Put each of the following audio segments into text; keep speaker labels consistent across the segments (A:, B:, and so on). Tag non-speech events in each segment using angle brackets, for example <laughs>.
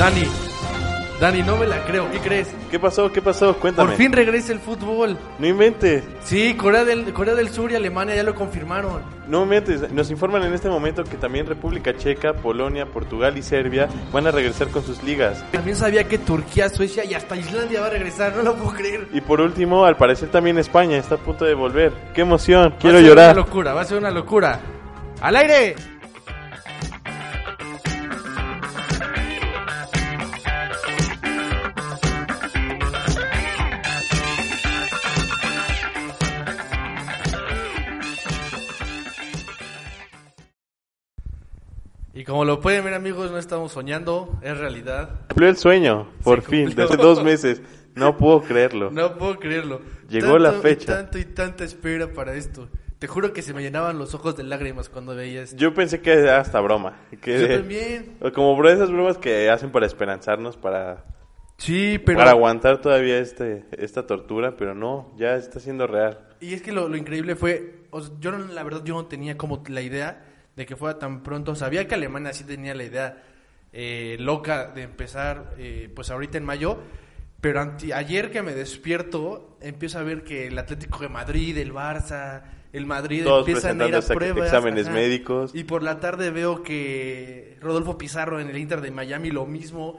A: Dani, Dani, no me la creo. ¿Qué crees?
B: ¿Qué pasó? ¿Qué pasó? Cuéntame.
A: Por fin regresa el fútbol.
B: No inventes.
A: Sí, Corea del, Corea del Sur y Alemania ya lo confirmaron.
B: No inventes. Nos informan en este momento que también República Checa, Polonia, Portugal y Serbia van a regresar con sus ligas.
A: También sabía que Turquía, Suecia y hasta Islandia va a regresar. No lo puedo creer.
B: Y por último, al parecer también España está a punto de volver. ¡Qué emoción!
A: Va
B: Quiero
A: a ser
B: llorar.
A: Una locura, va a ser una locura. ¡Al aire! Y como lo pueden ver amigos, no estamos soñando, es realidad.
B: Cumplió el sueño, por fin,
A: cumplió.
B: desde dos meses.
A: <laughs>
B: No puedo creerlo.
A: No puedo creerlo.
B: Llegó la
A: y
B: fecha.
A: tanto y tanta espera para esto. Te juro que se me llenaban los ojos de lágrimas cuando veía esto.
B: Yo pensé que era hasta broma. Que
A: Yo también.
B: Como por esas bromas que hacen para esperanzarnos, para,
A: Sí, pero...
B: para aguantar todavía este, esta tortura, pero no, ya está siendo real.
A: Y es que lo, lo increíble fue, o sea, yo no- la verdad yo no tenía como la idea de que fuera tan pronto. Sabía que Alemania sí tenía la idea eh, loca de empezar, eh, pues ahorita en mayo, pero anti- ayer que me despierto empiezo a ver que el Atlético de Madrid, el Barça, el Madrid
B: Todos
A: empiezan a ir
B: presentando
A: a
B: exa-
A: pruebas,
B: exámenes médicos.
A: Y por la tarde veo que Rodolfo Pizarro en el Inter de Miami lo mismo.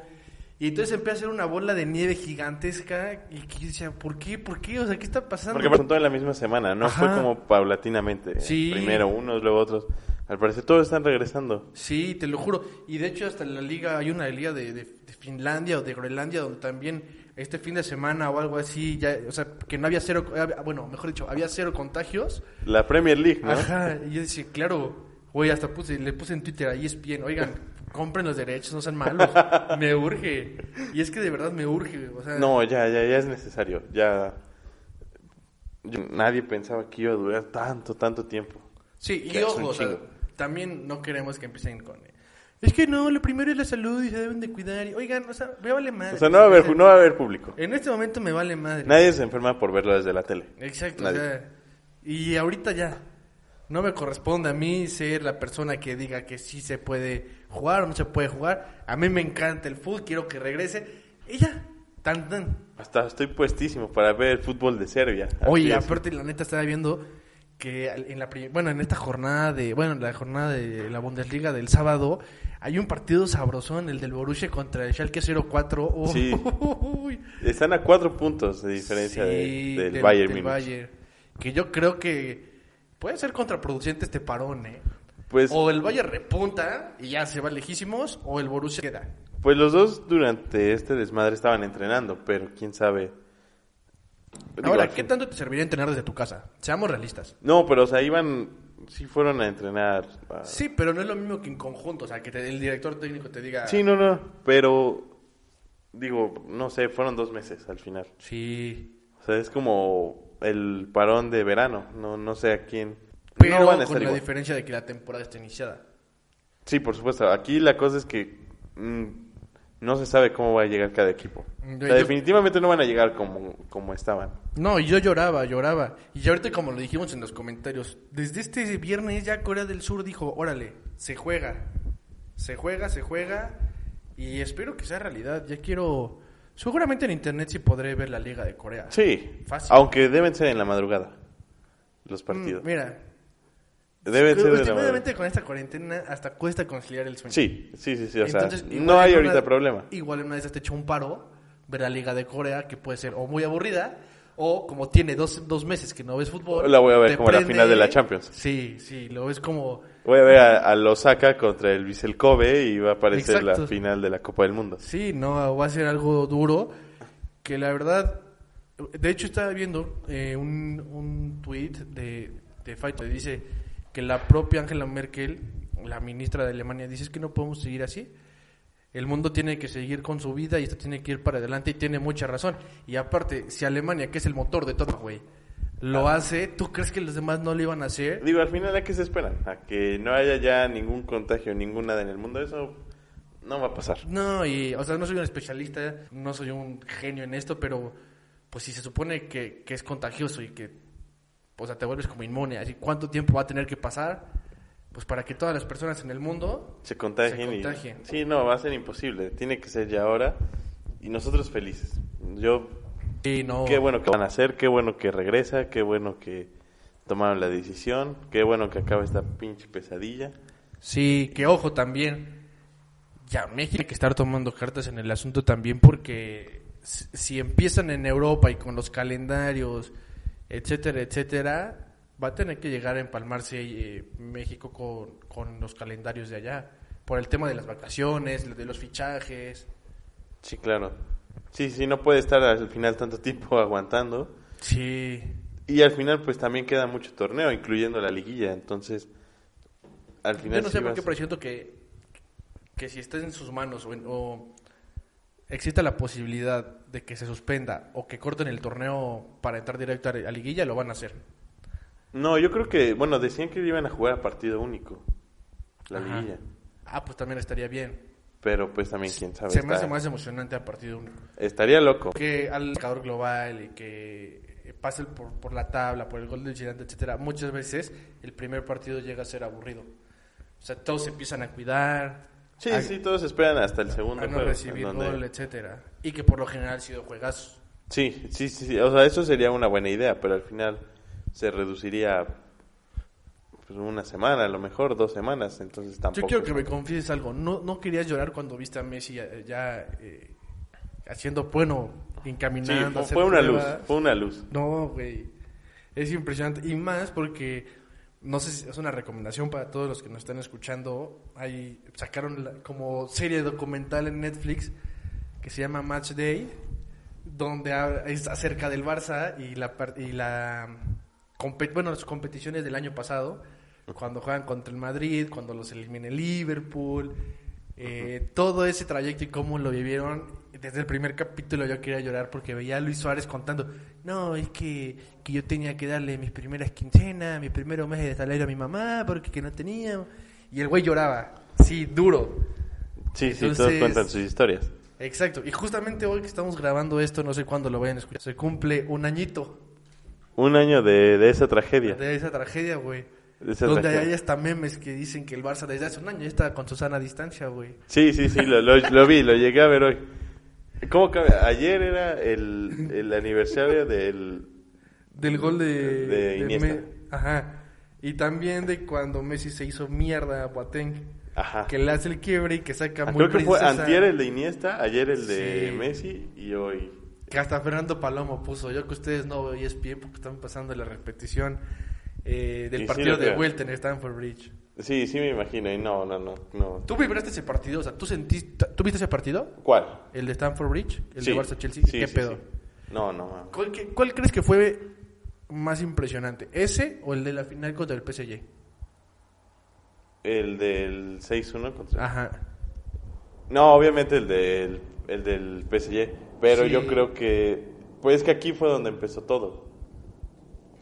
A: Y entonces empieza a ser una bola de nieve gigantesca y que yo decía, ¿por qué? ¿Por qué? O sea, ¿qué está pasando?
B: Porque pasó todo en la misma semana, ¿no? Fue
A: Ajá.
B: como paulatinamente.
A: Sí.
B: Primero unos, luego otros. Al parecer todos están regresando.
A: Sí, te lo juro. Y de hecho hasta en la liga, hay una liga de, de- de Finlandia o de Groenlandia donde también este fin de semana o algo así, ya, o sea, que no había cero, había- bueno, mejor dicho, había cero contagios.
B: La Premier League, ¿no?
A: Ajá, y yo decía, claro, güey, hasta puse, le puse en Twitter, E ahí es bien,
B: <laughs>
A: oigan, compren los derechos, no sean malos, me urge. Y es que de verdad me urge, o sea,
B: No, ya, ya, ya es necesario. Ya. yo- nadie pensaba que iba a durar tanto, tanto tiempo.
A: Sí, y
B: Que es
A: ojo,
B: un
A: o sea,
B: chingo.
A: también no queremos que empiecen con... eh, Es que no, lo primero es la salud y se deben de cuidar. y, Oigan, o sea, me vale madre.
B: O sea, no va a haber, no va a haber público.
A: En este momento me vale madre.
B: Nadie se enferma por verlo desde la tele.
A: Exacto.
B: Nadie.
A: o sea, y ahorita ya. No me corresponde a mí ser la persona que diga que sí se puede jugar o no se puede jugar. A mí me encanta el fútbol, quiero que regrese. Y ya. Tan, tan.
B: Hasta estoy puestísimo para ver el fútbol de Serbia. Así
A: Oye,
B: es.
A: aparte, la neta, estaba viendo que al- en la pri- bueno, en esta jornada de, bueno, en la jornada de la Bundesliga del sábado, hay un partido sabrosón, el del Borussia contra el Schalke 04. Oh,
B: Sí.
A: <laughs> uy.
B: Están a cuatro puntos de diferencia de-
A: Sí,
B: del, Bayern
A: del
B: Múnich.
A: Bayern. Que yo creo que puede ser contraproducente este parón, ¿eh?
B: Pues,
A: O el Bayern repunta y ya se va lejísimos, o el Borussia queda.
B: pues los dos durante este desmadre estaban entrenando, pero quién sabe. Digo,
A: Ahora,
B: al
A: ¿qué
B: fin-
A: tanto te serviría entrenar desde tu casa? Seamos realistas.
B: No, pero o sea, iban, sí fueron a entrenar. a-
A: Sí, pero no es lo mismo que en conjunto, o sea, que te- el director técnico te diga...
B: Sí, no, no, pero digo, no sé, fueron dos meses al final.
A: Sí.
B: O sea, es como el parón de verano, no, no sé a quién.
A: Pero
B: no van a
A: con
B: estar
A: la
B: igual.
A: diferencia de que la temporada está iniciada.
B: Sí, por supuesto. Aquí la cosa es que mm, no se sabe cómo va a llegar cada equipo.
A: Mm,
B: O
A: yo-
B: sea, definitivamente no van a llegar como, como estaban.
A: No, y yo lloraba, lloraba. Y ya ahorita, como lo dijimos en los comentarios, desde este viernes ya Corea del Sur dijo, órale, se juega. Se juega, se juega. Y espero que sea realidad. Ya quiero... Seguramente en internet sí podré ver la Liga de Corea. Mm,
B: Sí,
A: Fácil.
B: aunque deben ser en la madrugada los
A: Mm,
B: partidos.
A: Mira,
B: deben ser de la
A: últimamente
B: madrugada.
A: con esta cuarentena hasta cuesta conciliar el sueño.
B: Sí, sí, sí, sí. O sea,
A: Entonces, igual
B: no hay
A: en
B: ahorita
A: una-
B: problema.
A: Igual en una de esas te echó un paro ver la Liga de Corea, que puede ser o muy aburrida, o como tiene dos, dos meses que no ves fútbol.
B: La voy a ver
A: te
B: como la final de la Champions.
A: Sí, sí, lo ves como.
B: Voy a ver a, a Losaka contra el Vissel Kobe y va a aparecer
A: Exacto.
B: la final de la Copa del Mundo.
A: Sí, no, va a ser algo duro. Que la verdad. De hecho, estaba viendo eh, un, un tweet de, de Fight que dice que la propia Angela Merkel la ministra de Alemania dice es que no podemos seguir así. El mundo tiene que seguir con su vida y esto tiene que ir para adelante y tiene mucha razón. Y aparte, si Alemania, que es el motor de todo, güey, lo hace, ¿tú crees que los demás no lo iban a hacer?
B: Digo, al final, ¿a qué se esperan? A que no haya ya ningún contagio, ninguna en el mundo. Eso no va a pasar.
A: No, y, o sea, no soy un especialista, no soy un genio en esto, pero pues si se supone que, que es contagioso y que, o sea, te vuelves como inmune, así, ¿cuánto tiempo va a tener que pasar? Pues para que todas las personas en el mundo
B: Se contagien.
A: Se
B: y-
A: contagien.
B: sí, no, va a ser imposible. Tiene que ser ya ahora. Y nosotros felices. Yo,
A: Sí, no.
B: qué bueno que van a hacer, qué bueno que regresa, qué bueno que tomaron la decisión, qué bueno que acaba esta pinche pesadilla.
A: Sí, que ojo también. Ya México tiene que estar tomando cartas en el asunto también porque si si empiezan en Europa y con los calendarios, etcétera, etcétera, va a tener que llegar a empalmarse eh, México con, con los calendarios de allá. Por el tema de las vacaciones, de los fichajes.
B: Sí, claro. Sí, sí, no puede estar al final tanto tiempo <laughs> aguantando.
A: Sí.
B: Y al final, pues también queda mucho torneo, incluyendo la liguilla. Entonces, al final.
A: Yo no sé
B: sí
A: por
B: vas-
A: qué, pero siento que, que si está en sus manos o, en- o existe la posibilidad de que se suspenda o que corten el torneo para entrar directo a, a liguilla, lo van a hacer.
B: No, yo creo que, bueno, decían que iban a jugar a partido único. La
A: Ajá.
B: liguilla.
A: Ah, pues también estaría bien.
B: Pero pues también, quién sabe.
A: Se me
B: está-
A: hace más emocionante a partido único.
B: Estaría loco.
A: Que al marcador global y que eh, pase por, por la tabla, por el gol del gigante, etcétera, muchas veces el primer partido llega a ser aburrido. O sea, todos se empiezan a cuidar,
B: Sí,
A: a-
B: sí, todos esperan hasta el segundo
A: a no
B: juego,
A: recibir
B: en donde-
A: gol, etcétera. Y que por lo general han sido juegazos.
B: Sí, sí, sí, sí. O sea, eso sería una buena idea, pero al final se reduciría a, pues, una semana, a lo mejor dos semanas. Entonces tampoco.
A: Yo quiero que me confieses algo. ¿No, no querías llorar cuando viste a Messi eh, ya eh, haciendo, bueno,
B: Sí,
A: encaminando? a
B: fue,
A: hacer
B: fue una luz,
A: pruebas?
B: fue una luz.
A: No, güey. Es impresionante. Y más porque, no sé si es una recomendación para todos los que nos están escuchando. Ahí sacaron la- como serie documental en Netflix que se llama Match Day, donde hab- es acerca del Barça y la, par- y la compe- bueno, las competiciones del año pasado, cuando juegan contra el Madrid, cuando los elimina el Liverpool, eh, todo ese trayecto y cómo lo vivieron. Desde el primer capítulo yo quería llorar porque veía a Luis Suárez contando, no, es que, que yo tenía que darle mis primeras quincenas, mis primeros meses de salario a mi mamá porque que no tenía. Y el güey lloraba, sí, duro.
B: Sí, sí, todos
A: Entonces-
B: cuentan sus historias.
A: Exacto, y justamente hoy que estamos grabando esto, no sé cuándo lo vayan a escuchar, se cumple un añito
B: Un año de, de esa tragedia.
A: de esa tragedia, güey.
B: De esa
A: Donde
B: tragedia.
A: hay hasta memes que dicen que el Barça desde hace un año ya está con Susana a distancia, güey.
B: Sí, sí, sí, lo, lo, lo vi, lo llegué a ver hoy. ¿Cómo cambia? Ayer era el, el aniversario del...
A: Del gol de...
B: De Iniesta.
A: Ajá. Y también de cuando Messi se hizo mierda a Boateng.
B: Ajá.
A: Que le hace el quiebre y que saca muy
B: Ah. Creo que fue
A: princesa.
B: antier el de Iniesta, ayer el de
A: Sí.
B: Messi y hoy...
A: Que hasta Fernando Palomo puso. Yo que ustedes no veo ESPN porque están pasando la repetición eh,
B: Y
A: del
B: sí
A: partido
B: lo
A: de
B: veo.
A: vuelta en Stanford Bridge.
B: Sí, sí me imagino, y no, no, no, no.
A: ¿Tú vibraste ese partido? O sea, ¿tú sentiste... ¿Tú viste ese partido?
B: ¿Cuál?
A: ¿El de Stanford Bridge? ¿El
B: Sí.
A: de Barça-Chelsea?
B: Sí,
A: ¿Qué
B: sí,
A: pedo?
B: sí. No, no, mames.
A: ¿Cuál, que- cuál crees que fue más impresionante? ¿Ese o el de la final contra el PSG?
B: El del 6-1 contra...
A: Ajá.
B: No, obviamente el del, el del PSG, pero
A: Sí.
B: yo creo que... Pues es que aquí fue donde empezó todo.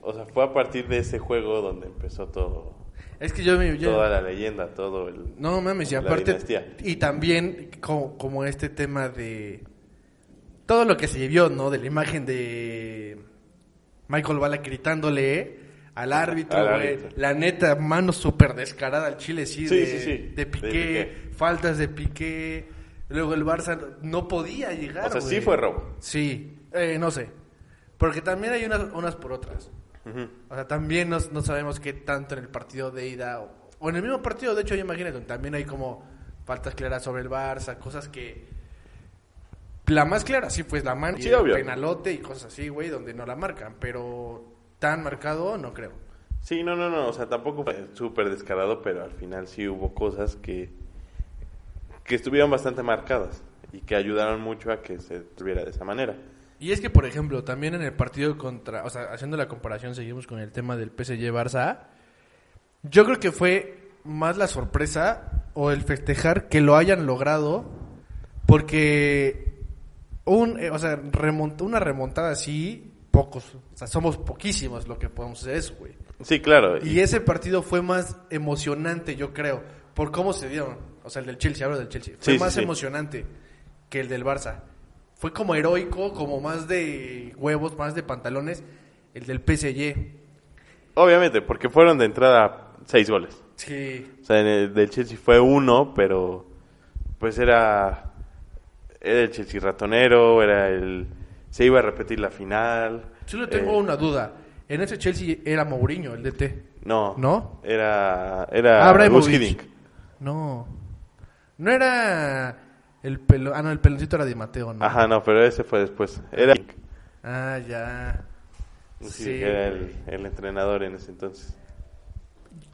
B: O sea, fue a partir de ese juego donde empezó todo.
A: Es que yo me... yo-
B: Toda la leyenda, todo el...
A: no mames, y
B: la
A: aparte...
B: dinastía.
A: Y también como, como este tema de... Todo lo que se vio, ¿no? De la imagen de Michael Bala gritándole al árbitro,
B: Al
A: güey.
B: árbitro.
A: La neta, mano súper descarada al Chile, sí.
B: Sí,
A: de,
B: sí, sí.
A: de
B: De
A: Piqué,
B: Piqué.
A: faltas de Piqué. Luego el Barça no podía llegar,
B: o sea, sí
A: güey.
B: fue robo.
A: Sí, eh, no sé. Porque también hay unas, unas por otras. O sea, también nos- no, sabemos qué tanto en el partido de ida o, o en el mismo partido, de hecho, ya imagínate, también hay como faltas claras sobre el Barça, cosas que... La más clara sí fue la mano
B: Sí,
A: y el
B: obvio.
A: penalote y cosas así, güey, donde no la marcan, pero tan marcado no creo.
B: Sí, no, no, no, o sea, tampoco fue súper descarado, pero al final sí hubo cosas que, que estuvieron bastante marcadas y que ayudaron mucho a que se tuviera de esa manera.
A: Y es que, por ejemplo, también en el partido contra, o sea, haciendo la comparación, seguimos con el tema del PSG Barça. Yo creo que fue más la sorpresa o el festejar que lo hayan logrado porque un, eh, o sea, remont- una remontada así, pocos, o sea, somos poquísimos lo que podemos hacer eso, güey.
B: Sí, claro. y-
A: Y ese partido fue más emocionante, yo creo, por cómo se dieron. O sea, el del Chelsea, hablo del Chelsea. Fue
B: Sí, sí,
A: más
B: sí.
A: emocionante que el del Barça. Fue como heroico, como más de huevos, más de pantalones, el del PSG.
B: Obviamente, porque fueron de entrada seis goles.
A: Sí.
B: O sea, en el del Chelsea fue uno, pero pues era, era el Chelsea ratonero, era el... Se iba a repetir la final.
A: Solo tengo
B: eh,
A: una duda. En ese Chelsea era Mourinho, el DT.
B: No.
A: ¿No? Ah,
B: Era, era
A: Abramovich.
B: Ah, Gus Hiddink.
A: No. No era el pelo. Ah, no, el peloncito era de Mateo, ¿no?
B: Ajá, no, pero ese fue después. Era,
A: Ah, ya.
B: sí, era el, el entrenador en ese entonces.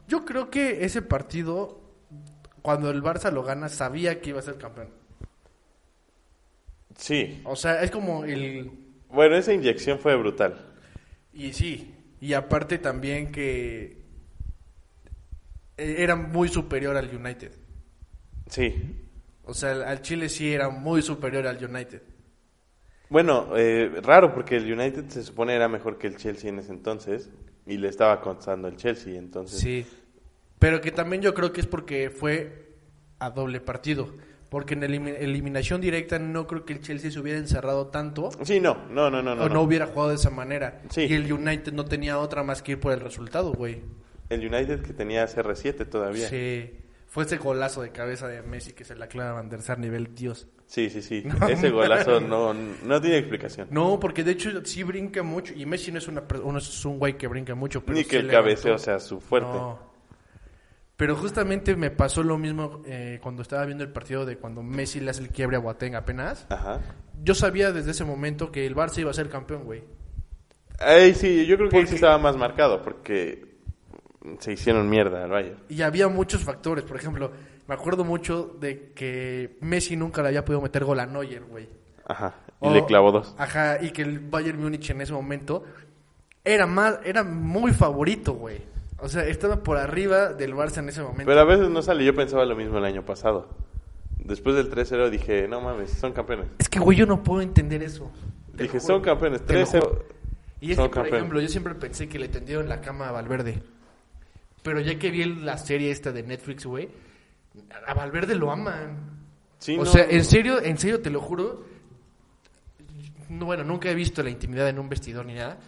A: Yo creo que ese partido, cuando el Barça lo gana, sabía que iba a ser campeón.
B: Sí.
A: O sea, es como el...
B: Bueno, esa inyección fue brutal.
A: Y sí, y aparte también que eh, era muy superior al United.
B: Sí.
A: O sea, al- al Chile sí era muy superior al United.
B: Bueno, eh, raro porque el United se supone era mejor que el Chelsea en ese entonces y le estaba contando el Chelsea, entonces
A: Sí. Pero que también yo creo que es porque fue a doble partido. Porque en elimi- eliminación directa no creo que el Chelsea se hubiera encerrado tanto.
B: Sí, no, no, no, no, no.
A: o no,
B: no.
A: hubiera jugado de esa manera.
B: Sí.
A: Y el United no tenía otra más que ir por el resultado, güey.
B: El United que tenía CR7 todavía. Sí,
A: Sí. Fue ese golazo de cabeza de Messi que se la clava a Van der Sar nivel Dios.
B: sí, sí.
A: <laughs>
B: Ese golazo no, no tiene explicación.
A: No, porque de hecho sí brinca mucho. Y Messi no es, una, per- uno es un güey que brinca mucho. Pero
B: Ni
A: sí
B: que el
A: levantó.
B: cabeceo sea su fuerte.
A: No. Pero justamente me pasó lo mismo eh, cuando estaba viendo el partido de cuando Messi le hace el quiebre a Boateng apenas.
B: Ajá.
A: Yo sabía desde ese momento que el Barça iba a ser campeón, güey.
B: Ahí sí, yo creo que ahí
A: Porque-
B: sí estaba más marcado porque se hicieron mierda al Bayern.
A: Y había muchos factores. Por ejemplo, me acuerdo mucho de que Messi nunca le había podido meter gol a Neuer, güey.
B: Ajá. Y
A: O-
B: le clavó dos.
A: Ajá, y que el Bayern Múnich en ese momento era más, era muy favorito, güey. O sea, estaba por arriba del Barça en ese momento.
B: Pero a veces no sale. Yo pensaba lo mismo el año pasado. Después del 3-0 dije, no mames, son campeones.
A: es que, güey, yo no puedo entender eso. Te
B: Dije, pues,
A: lo juro.
B: son campeones.
A: Te lo
B: 3-0.
A: juro. Y es
B: son
A: que, por
B: campeones.
A: ejemplo, yo siempre pensé que le tendieron la cama a Valverde. Pero ya que vi la serie esta de Netflix, güey, a Valverde lo aman.
B: Sí,
A: o
B: no.
A: sea, en serio, en serio te lo juro. No, bueno, nunca he visto la intimidad en un vestidor ni nada.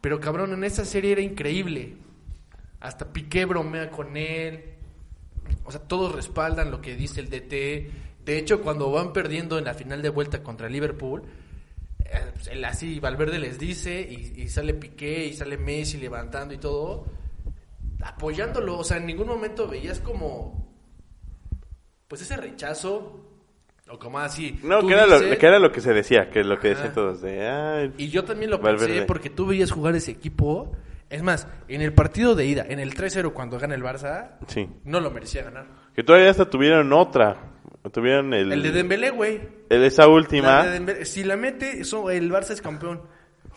A: Pero cabrón, en esa serie era increíble. Hasta Piqué bromea con él. O sea, todos respaldan lo que dice el DT. De hecho, cuando van perdiendo en la final de vuelta contra Liverpool, eh, pues, el- así Valverde les dice y, y sale Piqué y sale Messi levantando y todo, apoyándolo. O sea, en ningún momento veías como, pues ese rechazo o como así.
B: No,
A: tú
B: que era, lo,
A: dices-
B: que era lo que se decía, que es lo que decían
A: Ajá.
B: todos. De, "Ay,
A: y yo también lo
B: Valverde.
A: pensé porque tú veías jugar ese equipo. Es más, en el partido de ida, en el 3-0 cuando gana el Barça,
B: Sí.
A: no lo merecía ganar.
B: Que todavía hasta tuvieron otra. Tuvieron el...
A: El de Dembélé, güey.
B: el- esa
A: La
B: última.
A: de Dembélé, Si la mete, eso, el Barça es campeón.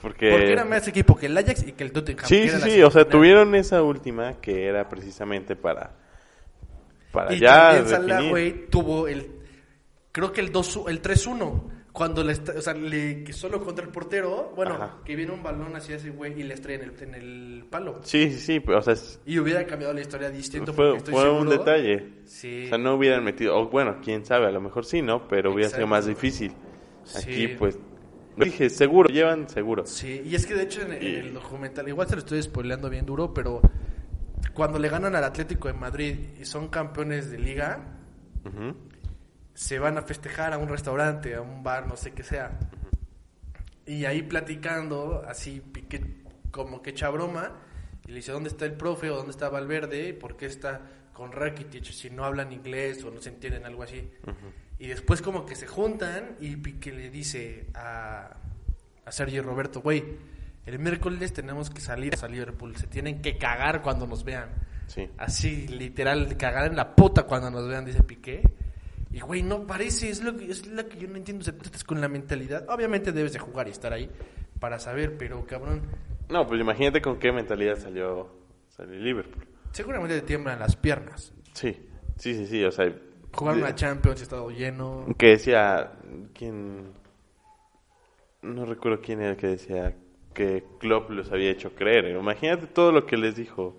B: Porque...
A: Porque era más equipo que el Ajax y que el Tottenham. que
B: Sí,
A: era la
B: sí, sí. O sea,
A: semifinal.
B: tuvieron esa última que era precisamente para... Para
A: Y
B: ya
A: también Salah,
B: definir.
A: güey, tuvo el... Creo que el 2 el 3-1. Cuando le... está- O sea, le, que solo contra el portero. Bueno,
B: Ajá.
A: que viene un balón hacia ese güey y le estrella en el, en el palo.
B: Sí, sí, sí. pero, O sea, es-
A: Y hubiera cambiado la historia distinto
B: fue,
A: porque estoy
B: fue un
A: seguro-
B: detalle.
A: Sí.
B: O sea, no hubieran metido, o bueno, quién sabe, a lo mejor sí, ¿no? Pero hubiera sido
A: Exacto.
B: más difícil. Aquí,
A: Sí.
B: pues, dije, seguro, llevan seguro.
A: Sí, y es que de hecho en, en
B: Y-
A: el documental, igual se lo estoy spoileando bien duro, pero cuando le ganan al Atlético de Madrid y son campeones de liga,
B: Ujú.
A: se van a festejar a un restaurante, a un bar, no sé qué sea. Y ahí platicando, así pique- como que echa broma, y le dice, ¿dónde está el profe o dónde está Valverde? ¿Por qué está con Rakitic si no hablan inglés o no se entienden algo así? Y después como que se juntan y Pique le dice a, a Sergio y Roberto, güey, el miércoles tenemos que salir a Liverpool, se tienen que cagar cuando nos vean.
B: Sí.
A: Así, literal, cagar en la puta cuando nos vean, dice Piqué. Y, güey, no parece, es lo, que, es lo que yo no entiendo. O sea, tú estás con la mentalidad. Obviamente debes de jugar y estar ahí para saber, pero, cabrón,
B: No, pues imagínate con qué mentalidad salió, salió Liverpool.
A: seguramente te tiemblan las piernas.
B: Sí, sí, sí, sí, o sea...
A: Jugar una
B: de-
A: Champions y estado lleno.
B: Que decía, ¿quién? No recuerdo quién era el que decía que Klopp los había hecho creer. Imagínate todo lo que les dijo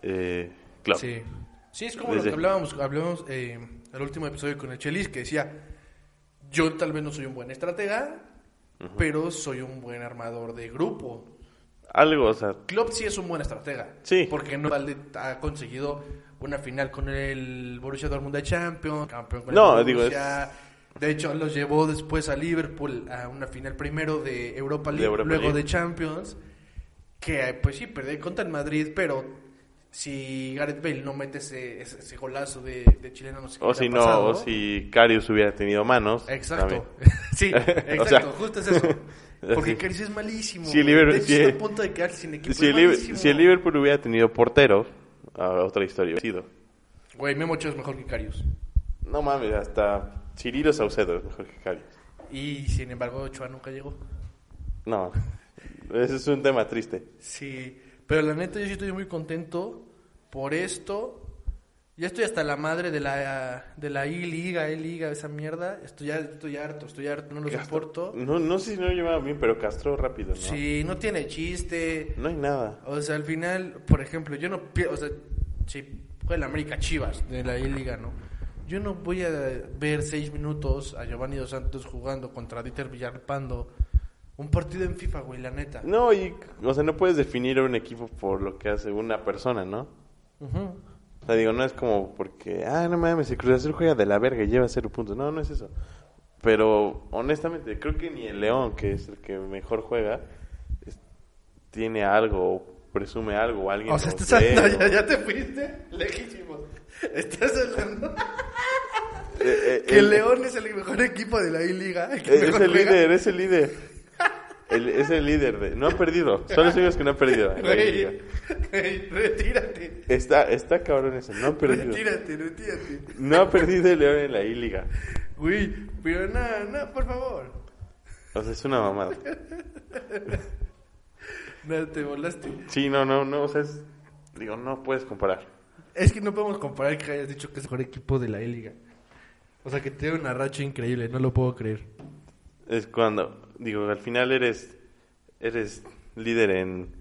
B: eh, Klopp.
A: Sí. Sí, es como lo
B: Desde-
A: que hablábamos, hablábamos eh, el último episodio con el Chelis, que decía, yo tal vez no soy un buen estratega, pero soy un buen armador de grupo.
B: Algo, o sea,
A: Klopp sí es un buen estratega.
B: Sí.
A: Porque no vale- ha conseguido una final con el Borussia Dortmund de Champions, campeón con
B: No,
A: el
B: digo,
A: Borussia. De hecho, los llevó después a Liverpool a una final primero de Europa
B: De
A: League,
B: Europa
A: luego
B: League.
A: de Champions. Que pues sí, perdió contra el Madrid, pero si Gareth Bale no mete ese, ese, ese golazo de, de chilena, no sé qué
B: o
A: le
B: si
A: ha
B: no,
A: pasado.
B: o si Karius hubiera tenido manos.
A: <laughs>
B: también.
A: Exacto. sí,
B: <laughs> O
A: exacto.
B: sea,
A: justo es
B: <laughs>
A: eso. Porque
B: sí.
A: Karius es malísimo.
B: Si el
A: güey.
B: Liverpool-
A: de hecho,
B: si-
A: está a punto de quedarse sin equipo.
B: Si
A: es
B: el, Liber-
A: malísimo.
B: si el Liverpool hubiera tenido portero, ah, otra historia hubiera sido.
A: Güey, Memo Ochoa es mejor que Carius.
B: No mames, hasta Cirilo Saucedo es mejor que Karius.
A: Y sin embargo, Ochoa nunca llegó.
B: No, ese es un tema triste.
A: Sí, pero la neta yo sí estoy muy contento por esto. Ya estoy hasta la madre de la de la I liga, E liga, esa mierda. Estoy, ya- estoy harto, estoy harto, no lo soporto.
B: No, no sé si no lo llamaba bien, pero Castro rápido, ¿no?
A: Sí, no tiene chiste.
B: No hay nada.
A: O sea, al final, por ejemplo, yo no pier- o sea, si juega el América Chivas de la I liga, ¿no? Yo no voy a ver seis minutos a Giovanni Dos Santos jugando contra Dieter Villarpando un partido en FIFA, güey, la neta.
B: No, y, o sea, no puedes definir a un equipo por lo que hace una persona, ¿no?
A: Ujú.
B: O sea, digo, no es como porque, ah, no mames, el Cruz Azul juega de la verga y lleva cero puntos. No, no es eso. Pero, honestamente, creo que ni el León, que es el que mejor juega, es- tiene algo, o presume algo, o alguien.
A: O sea,
B: lo
A: estás
B: cree,
A: hablando,
B: o-
A: ya, ya te fuiste lejísimos. Estás hablando
B: Eh, eh,
A: que
B: el-
A: el León es el mejor equipo de la I-Liga. el que
B: Eh, Es
A: mejor
B: el
A: juega.
B: líder, es el líder. El- es el líder. de- no ha perdido. Son los únicos que no han perdido. en la
A: Güey,
B: liga.
A: güey, retírate.
B: Está, está cabrón eso. No ha perdido.
A: Retírate, retírate.
B: No ha perdido el León en la I-Liga.
A: Güey, pero nada, nada, por favor.
B: O sea, es una mamada.
A: Nada, te volaste.
B: Sí, no, no, no. O sea, es- digo, no puedes comparar.
A: Es que no podemos comparar que hayas dicho que es el mejor equipo de la I-Liga. O sea, que tiene una racha increíble, no lo puedo creer.
B: Es cuando, digo, al final eres eres líder en,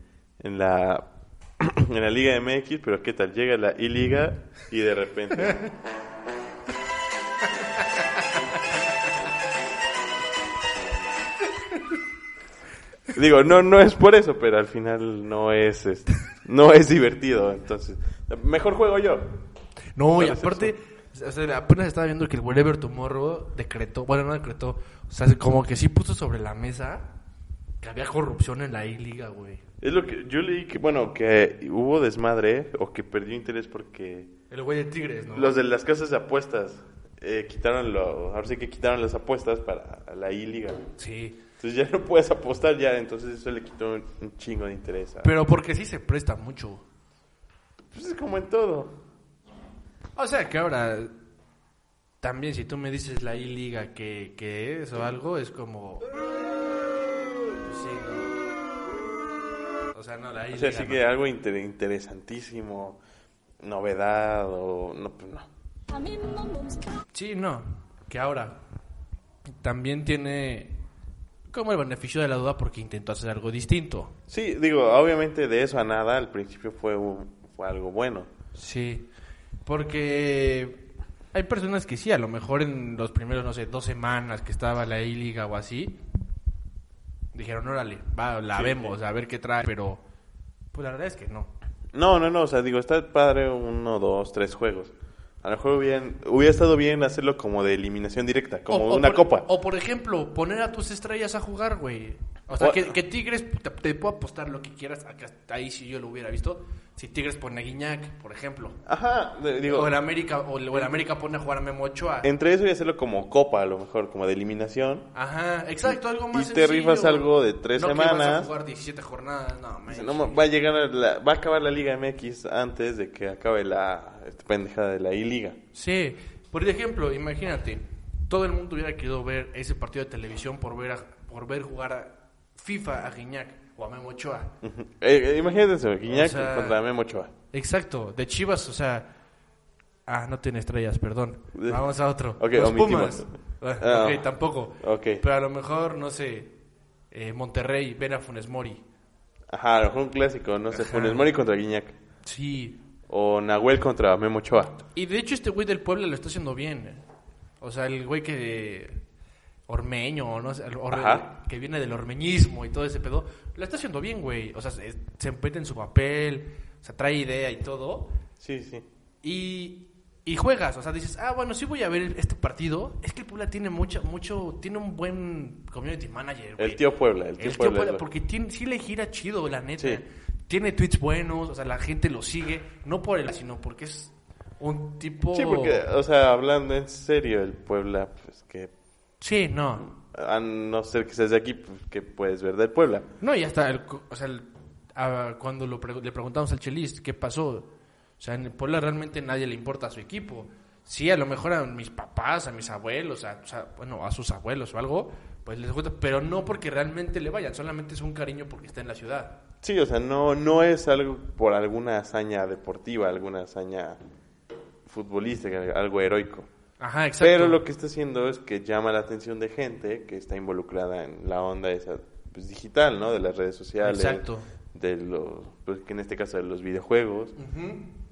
B: en la <clears throat> en la Liga MX, pero ¿qué tal? Llega la I-Liga y de repente... <laughs> Digo, no, no es por eso, pero al final no es, este, no es divertido, entonces, mejor juego yo.
A: No, y
B: Parece
A: aparte, o sea, apenas estaba viendo que el Wherever Tomorrow decretó, bueno, no decretó, o sea, como que sí puso sobre la mesa que había corrupción en la I-Liga, güey.
B: Es lo que yo leí que, bueno, que hubo desmadre o que perdió interés porque
A: El güey de Tigres, ¿no?
B: Los de las casas de apuestas eh, quitaron lo, ahora sí que quitaron las apuestas para la I-Liga. güey.
A: Sí,
B: Entonces ya no puedes apostar ya, entonces eso le quitó un, un chingo de interés. a-
A: pero porque sí se presta mucho.
B: Pues es como en todo.
A: O sea, que ahora, también si tú me dices la I-Liga que, que es o algo, es como... Pues sí, ¿no? O sea, no, la
B: O
A: I-Liga
B: sea, así
A: no.
B: que algo inter- interesantísimo, novedad o no, pues no.
C: A mí no me gusta.
A: Sí, no, que ahora también tiene como el beneficio de la duda porque intentó hacer algo distinto.
B: Sí, digo, obviamente de eso a nada al principio fue, un- fue algo bueno.
A: Sí, porque hay personas que sí, a lo mejor en los primeros, no sé, dos semanas que estaba la I-Liga o así, dijeron, órale, va, la
B: Sí,
A: vemos, a ver qué trae, pero pues la verdad es que no.
B: No, no, no, o sea, digo, está padre uno, dos, tres juegos. A lo mejor hubieran- hubiera estado bien hacerlo como de eliminación directa, como
A: O- o
B: una
A: por-
B: copa.
A: O por ejemplo, poner a tus estrellas a jugar, güey. O sea,
B: O-
A: que, que Tigres te, te puedo apostar lo que quieras. Acá, ahí si yo lo hubiera visto. Si Tigres pone a Guiñac, por ejemplo.
B: Ajá, de- digo,
A: o el América, o el, o el América pone a jugar a Memo Ochoa.
B: Entre eso y hacerlo como copa, a lo mejor, como de eliminación.
A: Ajá, exacto, algo más
B: Y te
A: sencillo.
B: rifas algo de tres
A: No que vas a
B: semanas.
A: jugar 17 jornadas, no, man.
B: Dice, no, ma- va a llegar a la- va a acabar la Liga MX antes de que acabe la esta pendejada de la <laughs> I-Liga.
A: Sí, por ejemplo, imagínate, todo el mundo hubiera querido ver ese partido de televisión por ver, a- por ver jugar a FIFA, a Guiñac o a Memo
B: <laughs>
A: Ochoa.
B: Eh, eh, imagínate eso, Guiñac
A: O sea-
B: contra Memo Ochoa.
A: Exacto, de Chivas, o sea, Ah, no tiene estrellas,
B: <laughs>
A: perdón.
B: Eh.
A: Vamos a otro.
B: Ok,
A: Los
B: omitimos.
A: Pumas.
B: <laughs> Ah.
A: ok, tampoco.
B: Ok.
A: Pero a lo mejor, no sé, eh, Monterrey, Vera Funes Mori.
B: Ajá, a lo mejor un clásico, no sé, Funes Mori contra Guiñac.
A: Sí.
B: O Nahuel contra Memo Ochoa.
A: Y de hecho este güey del Puebla lo está haciendo bien. eh. O sea, el güey que... Ormeño, o no sé, el orme-
B: Ajá.
A: que viene del ormeñismo y todo ese pedo, lo está haciendo bien, güey. O sea, se, se empeña en su papel, o sea, trae idea y todo.
B: Sí, sí.
A: y, y juegas, o sea, dices, ah, bueno, sí voy a ver este partido. Es que el Puebla tiene mucha, mucho, tiene un buen community manager. güey.
B: El tío Puebla, el
A: El
B: tío
A: tío
B: Puebla.
A: Puebla,
B: es-
A: porque tiene, sí le gira chido, la neta.
B: Sí.
A: Tiene tweets buenos, o sea, la gente lo sigue, no por él, sino porque es un tipo...
B: Sí, porque, ah, o sea, hablando en serio, el Puebla, pues que,
A: Sí, no.
B: a no ser que seas de aquí, pues, que puedes ver del Puebla.
A: No, y hasta, el co- o sea, el- a- cuando lo pre- le preguntamos al Chelis qué pasó, o sea, en el Puebla realmente nadie le importa a su equipo. Sí, a lo mejor a mis papás, a mis abuelos, a, o sea, bueno, a sus abuelos o algo, pues les gusta, pero no porque realmente le vayan, solamente es un cariño porque está en la ciudad.
B: Sí, o sea, no, no es algo por alguna hazaña deportiva, alguna hazaña futbolística, algo heroico.
A: Ajá, exacto.
B: Pero lo que está haciendo es que llama la atención de gente que está involucrada en la onda esa pues, digital, ¿no? De las redes sociales.
A: Exacto.
B: De los, pues, que en este caso de los videojuegos.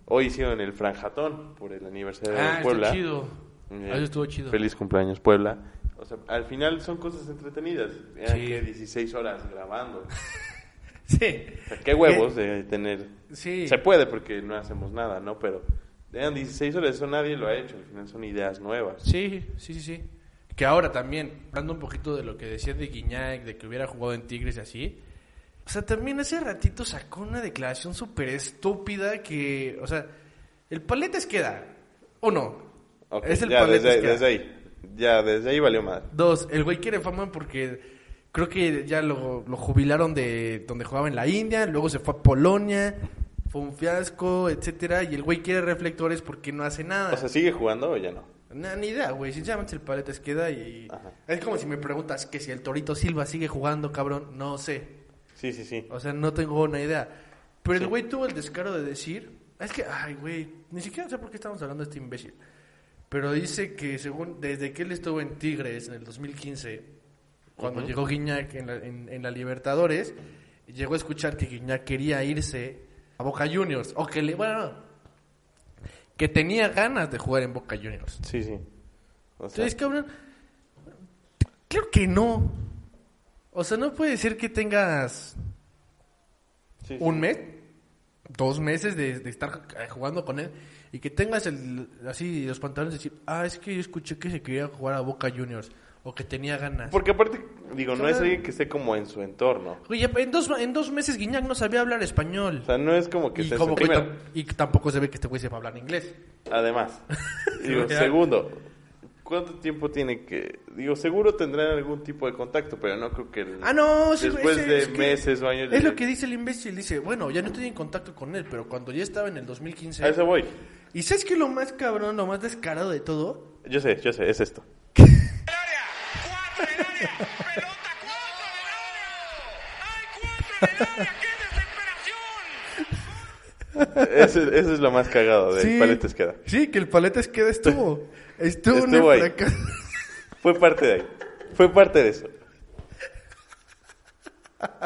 B: Hoy hicieron el franjatón por el aniversario
A: Ah,
B: de
A: está
B: Puebla.
A: chido.
B: Eh,
A: Ah, Eso estuvo chido.
B: Feliz cumpleaños Puebla. O sea, al final son cosas entretenidas. Eran
A: Sí.
B: que 16 horas grabando.
A: Sí.
B: O sea,
A: <laughs>
B: qué huevos de tener.
A: Sí.
B: Se puede porque no hacemos nada, ¿no? Pero eran 16 horas, eso nadie lo ha hecho. Al final son ideas nuevas.
A: Sí, sí, sí, sí. Que ahora también, hablando un poquito de lo que decías de Guiñac, de que hubiera jugado en Tigres y así. O sea, también hace ratito sacó una declaración súper estúpida que, o sea, el paletes queda. Uno,
B: Ok,
A: es el
B: ya,
A: paletes
B: desde, ahí-
A: queda.
B: desde ahí. Ya, desde ahí valió madre.
A: Dos, el güey quiere fama porque creo que ya lo, lo jubilaron de donde jugaba en la India, luego se fue a Polonia, fue un fiasco, etcétera, y el güey quiere reflectores porque no hace nada.
B: O sea, ¿sigue jugando o ya no?
A: No, ni idea, güey. Sinceramente el Paletes queda y... Es como si me preguntas que si el Torito Silva sigue jugando, cabrón. No sé.
B: Sí, sí, sí.
A: O sea, no tengo una idea. Pero el güey tuvo el descaro de decir... Es que, ay, güey, ni siquiera sé por qué estamos hablando de este imbécil. Pero dice que según desde que él estuvo en Tigres en el 2015, cuando llegó Guiñac en la, en- en la Libertadores, llegó a escuchar que Guiñac quería irse a Boca Juniors. O que le... Bueno, no. Que tenía ganas de jugar en Boca Juniors.
B: Sí, sí. O sea,
A: Entonces, cabrón, claro que no. O sea, no puede ser que tengas
B: sí, sí.
A: un mes, dos meses de, de estar eh, jugando con él y que tengas el, así los pantalones de decir, ah, es que yo escuché que se quería jugar a Boca Juniors o que tenía ganas.
B: Porque aparte, digo, no es
A: Cabrón.
B: alguien que esté como en su entorno.
A: Oye, en dos, en dos meses Guiñac no sabía hablar español.
B: O sea, no es como que
A: y,
B: esté en
A: como
B: su
A: que
B: primera.
A: tam- y tampoco se ve que este güey sepa hablar inglés. <laughs>
B: Además. digo,
A: Ya.
B: segundo, ¿cuánto tiempo tiene que...? Digo, seguro tendrán algún tipo de contacto, pero no creo que... el-
A: Ah, no, sí,
B: Después
A: ese-
B: de
A: es que-
B: meses o años...
A: Es
B: de-
A: lo que dice el imbécil. Dice, bueno, ya no estoy en contacto con él, pero cuando ya estaba en el 2015.
B: A eso voy.
A: ¿Y sabes qué es lo más cabrón, lo más descarado de todo?
B: Yo sé, yo sé, es esto.
C: el área, cuatro en el área, pelota cuatro en el área, hay cuatro en el área, qué desesperación.
B: Eso, eso es lo más cagado de Paletes Queda.
A: Sí, que el paletes queda estuvo.
B: <laughs>
A: Estuvo, en
B: Estuvo ahí.
A: el fracaso.
B: Fue parte de ahí. Fue parte de eso.
A: <laughs>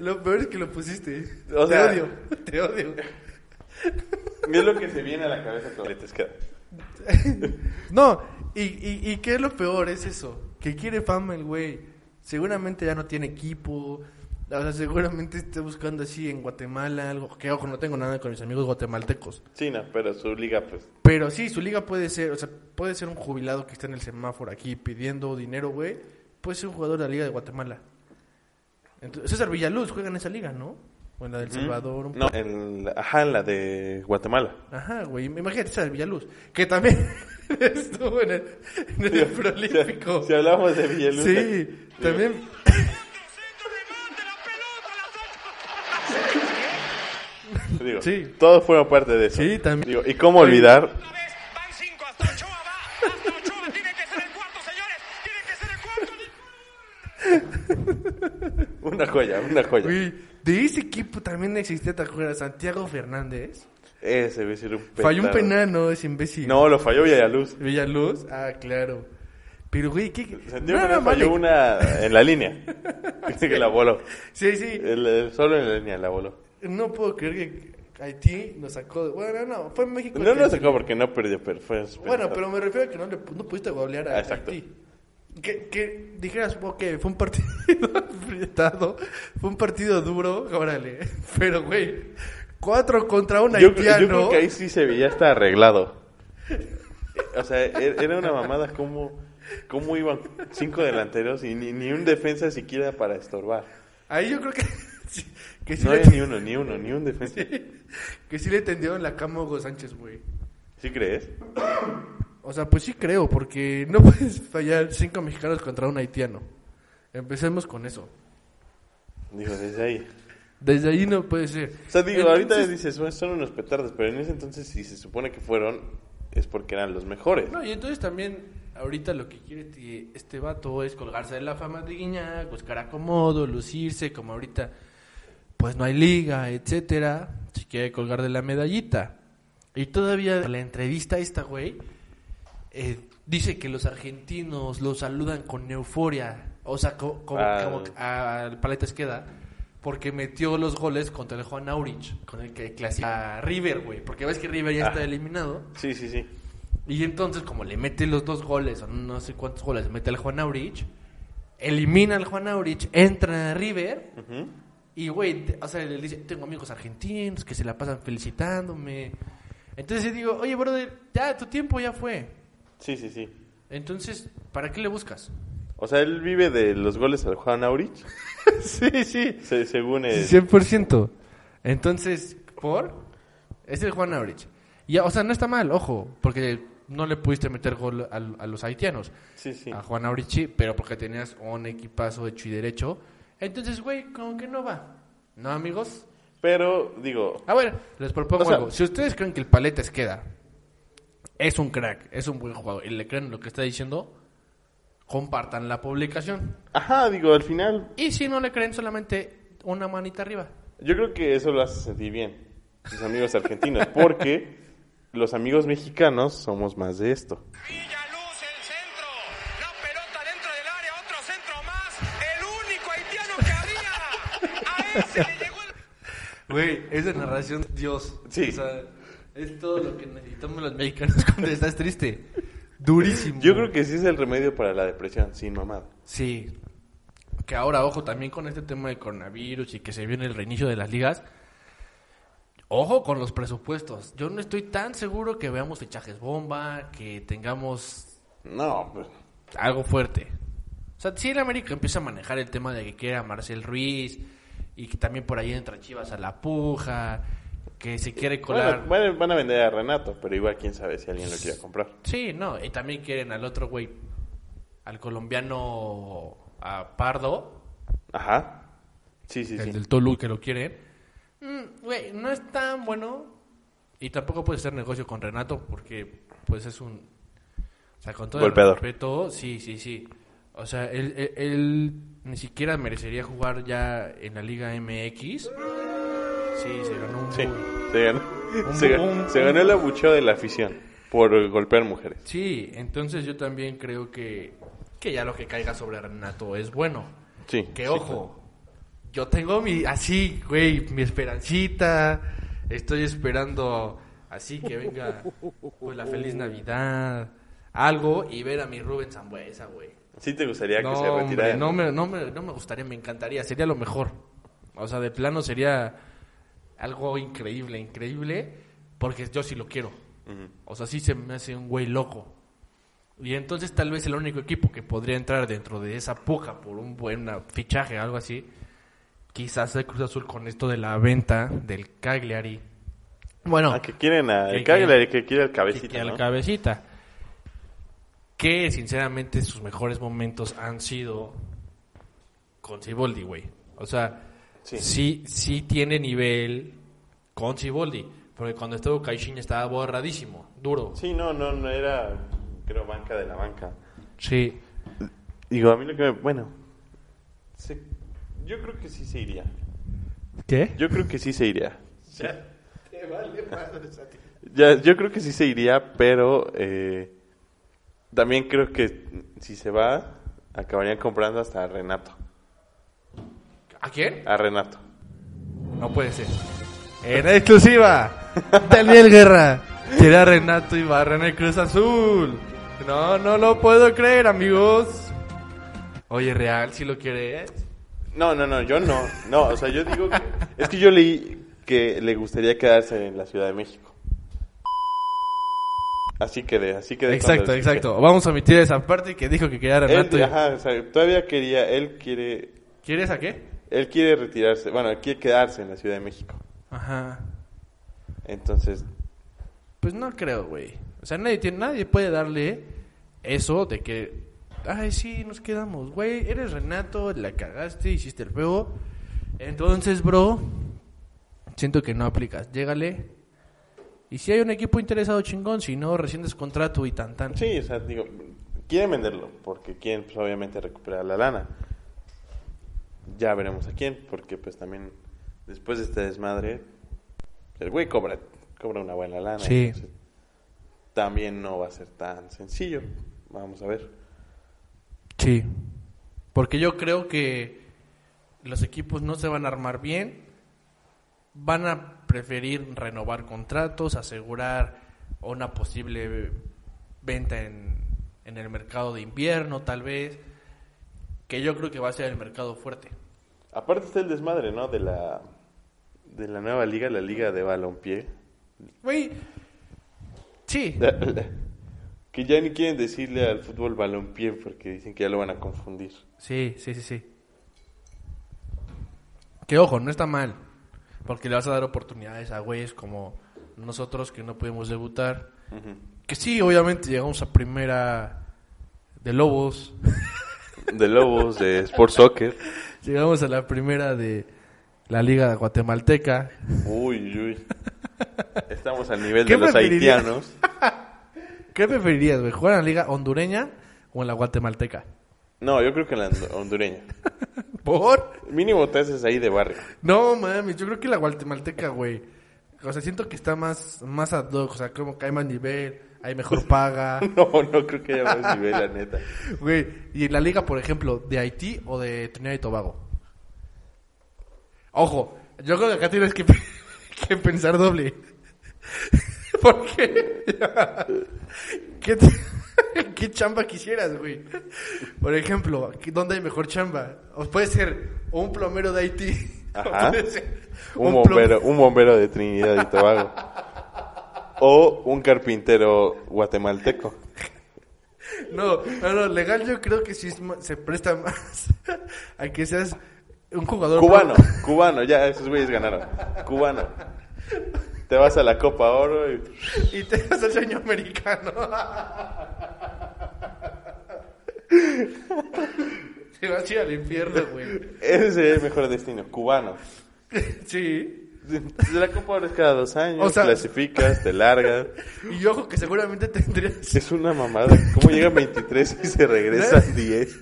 A: Lo peor es que lo pusiste.
B: O
A: te
B: sea-
A: odio, <laughs> te odio.
B: Es lo que se viene a la cabeza con Paletes Queda.
A: No, y, y, y qué es lo peor, es eso. Que quiere fama el güey. Seguramente ya no tiene equipo. O sea, seguramente esté buscando así en Guatemala algo. Que ojo, no tengo nada con mis amigos guatemaltecos.
B: Sí, no, pero su liga, pues...
A: Pero sí, su liga puede ser, o sea, puede ser un jubilado que está en el semáforo aquí pidiendo dinero, güey. Puede ser un jugador de la Liga de Guatemala. Entonces, César Villaluz juega en esa liga, ¿no? O en la del Salvador. un-
B: Mm, No, en la- ajá, en la de Guatemala.
A: Ajá, güey. Imagínate César Villaluz, que también <laughs> estuvo en el, en el Prolímpico.
B: Si hablamos de Villaluz...
A: sí, también.
C: Centro, centro, remate, la pelota, la saca.
B: Digo,
A: Sí.
B: Todos fueron parte de eso.
A: Sí, también.
B: Digo, ¿y cómo olvidar?
C: Otra vez, van cinco, hasta Ochoa va, hasta Ochoa, tiene que ser el cuarto, señores, tiene que ser el cuarto.
B: Una joya, una joya.
A: Güey, De ese equipo también existía, ¿te acuerdas? Santiago Fernández.
B: Ese debe ser un
A: Falló un
B: petardo.
A: penal, ¿no? Es imbécil.
B: No, lo falló Villaluz.
A: Villaluz. Ah, claro. Pero, güey, ¿qué? Nada
B: Santiago Fernández
A: más
B: falló
A: le-
B: una en
A: <laughs>
B: la línea. <laughs> Dice que la voló.
A: Sí, sí.
B: El- el- solo en la línea la voló.
A: No puedo creer que Haití nos sacó. de- Bueno, no, fue México.
B: No
A: que-
B: lo sacó porque no perdió, pero fue
A: Bueno,
B: suspendido.
A: pero me refiero a que no, le, no pudiste golear a
B: Ah, exacto.
A: Haití. Que, que dijeras, ok, fue un partido <laughs> apretado, fue un partido duro, órale. Pero, güey, cuatro contra un
B: Yo, creo-
A: haitiano.
B: yo creo que ahí sí Sevilla está arreglado. O sea, er- era una mamada como, como iban cinco delanteros y ni, ni un defensa siquiera para estorbar.
A: Ahí yo creo que, <laughs> sí- que, sí
B: No
A: le,
B: había ni uno, ni uno, ni un defensa.
A: <laughs> que sí le tendieron la cama a Hugo Sánchez, güey.
B: ¿Sí crees?
A: O sea, pues sí creo, porque no <laughs> puedes fallar cinco mexicanos contra un haitiano. Empecemos con eso.
B: Digo, desde ahí.
A: Desde ahí no puede ser.
B: O sea, digo, ahorita
A: Entonces-
B: dices, "Bueno, son unos petardos, pero en ese entonces si se supone que fueron, es porque eran los mejores.
A: No, y entonces también, ahorita lo que quiere ti- este vato es colgarse de la fama de Guiñac, buscar acomodo, lucirse, como ahorita, pues no hay liga, etcétera. Se quiere colgar de la medallita. Y todavía la entrevista esta, güey, eh, dice que los argentinos lo saludan con euforia. O sea, co- como,
B: Ah.
A: como al Paletas queda. Porque metió los goles contra el Juan Aurich, con el que clasifica a River, güey. Porque ves que River ya
B: Ah.
A: está eliminado.
B: Sí, sí, sí.
A: Y entonces, como le mete los dos goles, o no sé cuántos goles, le mete al Juan Aurich, elimina al Juan Aurich, entra a River,
B: Ujú.
A: y güey, te- o sea, le dice, tengo amigos argentinos que se la pasan felicitándome. Entonces yo digo, oye, brother, ya, tu tiempo ya fue.
B: Sí, sí, sí.
A: Entonces, ¿para qué le buscas?
B: O sea, él vive de los goles al Juan Aurich,
A: <laughs> sí, sí.
B: se- según el...
A: 100%. Entonces, ¿por? Es el Juan Aurich. Ya, o sea, no está mal, ojo, porque no le pudiste meter gol al- a los haitianos.
B: Sí, sí.
A: a Juan Aurichi, pero porque tenías un equipazo hecho y derecho. Entonces, güey, como que no va. ¿No, amigos?
B: Pero, digo,
A: A ver, les propongo
B: O sea-
A: algo. Si ustedes creen que el Paletes queda, es un crack, es un buen jugador, y le creen lo que está diciendo, compartan la publicación.
B: ajá, digo, al final
A: Y si no le creen, solamente una manita arriba.
B: Yo creo que eso lo hace sentir bien, sus amigos argentinos, porque los amigos mexicanos somos más de esto.
C: Villaluz, el centro. La pelota dentro del área, otro centro más. El único haitiano que había. A ese le llegó el...
A: Güey, esa narración, Dios.
B: Sí.
A: O sea, es todo lo que necesitamos los mexicanos <laughs> cuando estás triste. Durísimo.
B: Yo creo que sí es el remedio para la depresión, sin mamada.
A: Sí. Que ahora, ojo, también con este tema del coronavirus y que se viene el reinicio de las ligas. Ojo con los presupuestos. Yo no estoy tan seguro que veamos fichajes bomba, que tengamos
B: No, pues,
A: algo fuerte. O sea, si el América empieza a manejar el tema de que quiera Marcel Ruiz y que también por ahí entra Chivas a la puja, que se quiere colar.
B: bueno, van a- van a vender a Renato, pero igual quién sabe si alguien lo quiere comprar.
A: Sí, no, y también quieren al otro güey, al colombiano a Pardo,
B: Ajá. Sí, sí,
A: el
B: sí.
A: del Tolu que lo quieren. Mm, Güey, no es tan bueno. Y tampoco puede ser negocio con Renato porque, pues, es un. O sea, con todo el
B: Golpeador.
A: respeto, sí, sí, sí. O sea, él, él- él ni siquiera merecería jugar ya en la Liga MX. Sí, se ganó un.
B: Sí,
A: bull.
B: se ganó,
A: Un-
B: se,
A: un-
B: ga- se ganó el abucheo de la afición por golpear mujeres.
A: Sí, entonces yo también creo que, que ya lo que caiga sobre Renato es bueno.
B: Sí.
A: Que
B: sí,
A: ojo, yo tengo mi, así, güey, mi esperancita. Estoy esperando así que venga pues, la feliz Navidad, algo, y ver a mi Rubén Zambuesa, güey.
B: claro. Sí te gustaría
A: No,
B: que se retirara.
A: hombre, no me, no, me, no me gustaría, me encantaría, sería lo mejor. O sea, de plano sería algo increíble, increíble, porque yo sí lo quiero. O sea, sí se me hace un güey loco. Y entonces tal vez el único equipo que podría entrar dentro de esa puja por un buen ah, fichaje o algo así, quizás el Cruz Azul con esto de la venta del Cagliari. Bueno,
B: Ah, que quieren a
A: Que-
B: el Cagliari, que quiere el
A: que- que
B: cabecita,
A: al
B: ¿no?
A: cabecita. Que sinceramente sus mejores momentos han sido con Ciboldi, güey. O sea, sí.
B: Sí.
A: sí, tiene nivel con Ciboldi. Porque cuando estuvo Caixinha estaba borradísimo, duro.
B: Sí, no, no, no era, creo, banca de la banca.
A: Sí.
B: Digo, a mí lo que me... Bueno, se- yo creo que sí se iría.
D: ¿Qué?
B: Yo creo que sí se iría. Ya, yo creo que sí se iría, pero eh, también creo que si se va, acabarían comprando hasta a Renato.
A: ¿A quién?
B: A Renato.
A: No puede ser. En exclusiva, Daniel Guerra quiere a Renato Ibarra en el Cruz Azul. No, no lo puedo creer, amigos. Oye, Real, si lo quieres.
B: No, no, no, yo no. No, o sea, yo digo que... Es que yo leí que le gustaría quedarse en la Ciudad de México. Así quedé, así quedé. cuando
A: Exacto,
B: escuché.
A: exacto. Vamos a omitir esa parte que dijo que quería a
B: Él,
A: Renato. Ibarra.
B: ajá, o sea, todavía quería, él quiere,
A: ¿Quieres a qué?
B: él quiere retirarse, bueno, él quiere quedarse en la Ciudad de México.
A: Ajá.
B: Entonces,
A: Pues no creo, güey. O sea, nadie, tiene- nadie puede darle eso de que, ay, sí, nos quedamos. Güey, eres Renato, la cagaste, hiciste el feo. Entonces, bro, siento que no aplicas. Llégale. Y si hay un equipo interesado, chingón. Si no, recientes contrato y tan tan.
B: sí, o sea, digo, quieren venderlo, porque quieren, pues, obviamente, recuperar la lana. Ya veremos a quién, porque, pues, también, después de este desmadre, el güey cobra, cobra una buena lana.
A: Sí.
B: entonces, también no va a ser tan sencillo. Vamos a ver.
A: Sí. Porque yo creo que los equipos no se van a armar bien. Van a preferir renovar contratos, asegurar una posible venta en, en el mercado de invierno, tal vez. Que yo creo que va a ser el mercado fuerte.
B: Aparte está el desmadre, ¿no? De la, de la nueva liga, la liga de balompié.
A: Güey. Sí.
B: La- la- que ya ni quieren decirle al fútbol balompié porque dicen que ya lo van a confundir.
A: Sí, sí, sí, sí. Que ojo, no está mal. Porque le vas a dar oportunidades a güeyes como nosotros que no pudimos debutar. Que sí, obviamente llegamos a primera de Lobos. <laughs>
B: De Lobos, de Sport Soccer.
A: Llegamos a la primera de la Liga Guatemalteca.
B: Uy, uy, uy. Estamos al nivel
A: ¿Qué
B: de los
A: preferirías?
B: haitianos.
A: ¿Qué preferirías, güey? ¿Jugar en la Liga Hondureña o en la Guatemalteca?
B: No, yo creo que en la hond- hondureña.
A: ¿Por?
B: Mínimo te haces ahí de barrio. <laughs>
A: No, mames, yo creo que la guatemalteca, güey. O sea, siento que está más, más ad hoc, o sea, como que hay más nivel, hay mejor paga,
B: No, no creo que haya más nivel, la neta.
A: güey. Y en la liga, por ejemplo, de Haití o de Trinidad y Tobago. Ojo, yo creo que acá tienes que, <laughs> pe- que pensar doble. <laughs> ¿Por qué? <laughs> ¿Qué, te- <laughs> qué chamba quisieras, güey? Por ejemplo, ¿qué- ¿dónde hay mejor chamba? O puede ser un plomero de Haití. <laughs> o
B: Ajá.
A: puede ser
B: Un,
A: plom-
B: bombero, un bombero de Trinidad y Tobago. O un carpintero guatemalteco.
A: No, no, no, legal yo creo que sí es ma- se presta <laughs> más a que seas un jugador
B: Cubano,
A: pro-
B: cubano, ya esos güeyes ganaron. Cubano. Te vas a la Copa Oro y
A: y te vas al sueño americano. Se va a ir al infierno, güey.
B: ese sería el mejor destino, cubano.
A: Sí.
B: La Copa Oro es cada dos años,
A: O sea-
B: clasificas, te largas.
A: Y yo ojo que seguramente tendrías
B: Es una mamada. ¿Cómo llega 23 y
A: <laughs>
B: se regresa 10?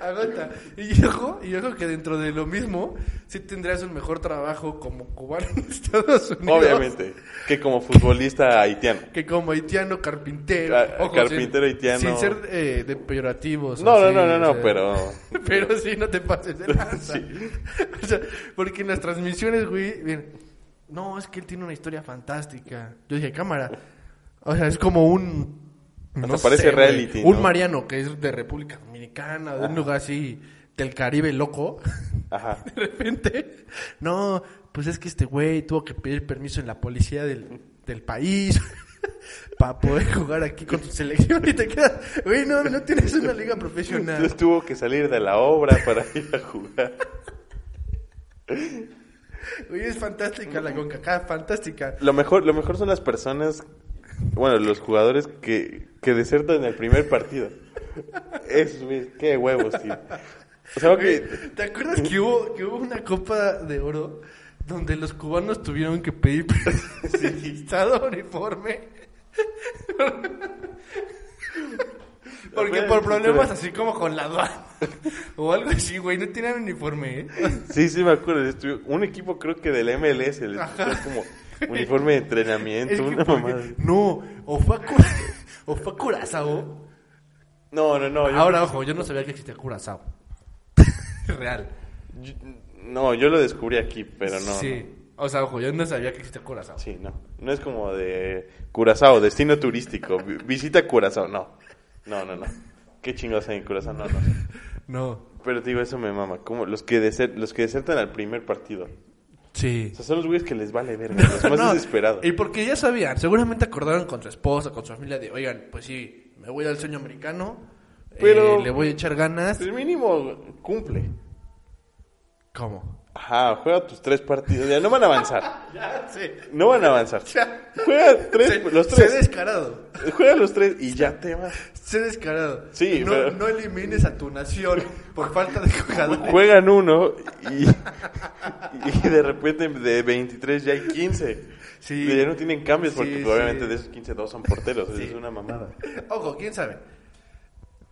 A: Aguanta. Y ojo, y ojo que dentro de lo mismo sí tendrías un mejor trabajo como cubano en Estados Unidos.
B: Obviamente, que como futbolista haitiano.
A: Que como haitiano, carpintero.
B: Ah,
A: sin-
B: carpintero haitiano.
A: Sin ser eh, de peyorativos.
B: No, no,
A: así,
B: no, no,
A: o
B: no,
A: sea,
B: pero
A: <laughs> Pero sí, no te pases de lanza.
B: <laughs> Sí.
A: O sea, porque en las transmisiones, güey, bien, no, es que él tiene una historia fantástica. Yo dije, cámara. O sea, es como un.
B: Hasta parece
A: güey,
B: reality,
A: Un
B: ¿no? Ah.
A: mariano que es de República Dominicana, de un lugar así del Caribe loco. <laughs>
B: ajá.
A: De repente, no, pues es que este güey tuvo que pedir permiso en la policía del, del país <laughs> para poder jugar aquí con tu selección y te quedas, güey, no, no tienes una liga profesional.
B: Entonces tuvo que salir de la obra para ir a jugar.
A: Güey, es fantástica la CONCACAF, fantástica.
B: Lo mejor, lo mejor son las personas, bueno, los jugadores que, que desertan en el primer partido. Eso, güey, qué huevos, tío. O sea,
A: Güey,
B: que
A: ¿Te acuerdas que hubo, que hubo una copa de oro donde los cubanos tuvieron que pedir <laughs>
B: <laughs>
A: prestado uniforme? Porque
B: Afuera
A: por
B: de
A: problemas
B: cintura.
A: así como con la aduana <laughs> o algo así, güey, no tenían
B: <laughs>
A: uniforme, ¿eh?
B: Sí, sí, me acuerdo. estuvo- un equipo creo que del MLS le dio como uniforme de entrenamiento,
A: Es que
B: una
A: porque-
B: mamada.
A: No, o fue a, Cura- o fue a Curazao.
B: No, no, no. yo-
A: Ahora, ojo, yo no sabía que existía Curazao. <laughs> Real.
B: yo- no, yo lo descubrí aquí, pero no.
A: sí. O sea, ojo, yo no sabía que existía Curazao.
B: Sí, no. No es como de Curazao, destino turístico. vi- Visita Curazao, no. No, no, no. ¿Qué chingados hay en Curazao? No, no.
A: No.
B: Pero te digo, eso me mama. Como los que, deser- los que desertan al primer partido.
A: Sí.
B: O sea, son los güeyes que les vale verga, los
A: <laughs>
B: más
A: No,
B: desesperados.
A: Y porque ya sabían, seguramente acordaron con su esposa, con su familia de, oigan, pues sí, me voy al sueño americano, eh,
B: Pero-
A: le voy a echar ganas.
B: El mínimo cumple.
A: ¿Cómo?
B: Ajá, juega tus tres partidos. Ya no van a avanzar.
A: Ya,
B: <laughs>
A: sí.
B: No van a avanzar.
A: <laughs> Ya.
B: Juega tres,
A: Se,
B: pues, los
A: se
B: tres.
A: descarado,
B: Juega los tres y ya te vas.
A: se descarado.
B: Sí,
A: no,
B: pero-
A: no elimines a tu nación por falta de
B: <laughs>
A: jugadores.
B: Juegan uno y, <laughs> y de repente de 23 ya hay 15.
A: Sí.
B: Y Ya no tienen cambios porque
A: Sí,
B: obviamente
A: sí.
B: de esos 15 dos son porteros. Es una mamada.
A: Ojo, quién sabe.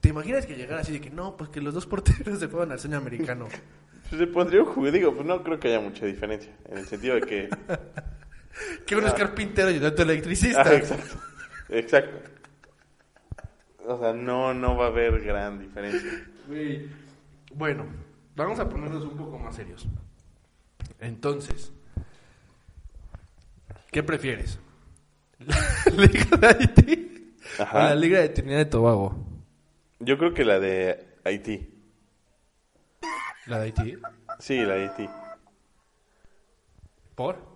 A: ¿Te imaginas que llegara así de que no, pues que los dos porteros se fueron al sueño americano?
B: Se pondría un juego. Digo, pues no creo que haya mucha diferencia. En el sentido
A: <laughs>
B: de que...
A: Que uno es carpintero y otro electricista.
B: Ah, exacto. Exacto. O sea, no, no va a haber gran diferencia.
A: Güey, Bueno, vamos a ponernos un poco más serios. Entonces, ¿qué prefieres? ¿La <laughs> Liga de Haití
B: Ajá.
A: o la Liga de Trinidad y Tobago?
B: Yo creo que la de Haití.
A: ¿La de Haití?
B: Sí, la de Haití.
A: ¿Por?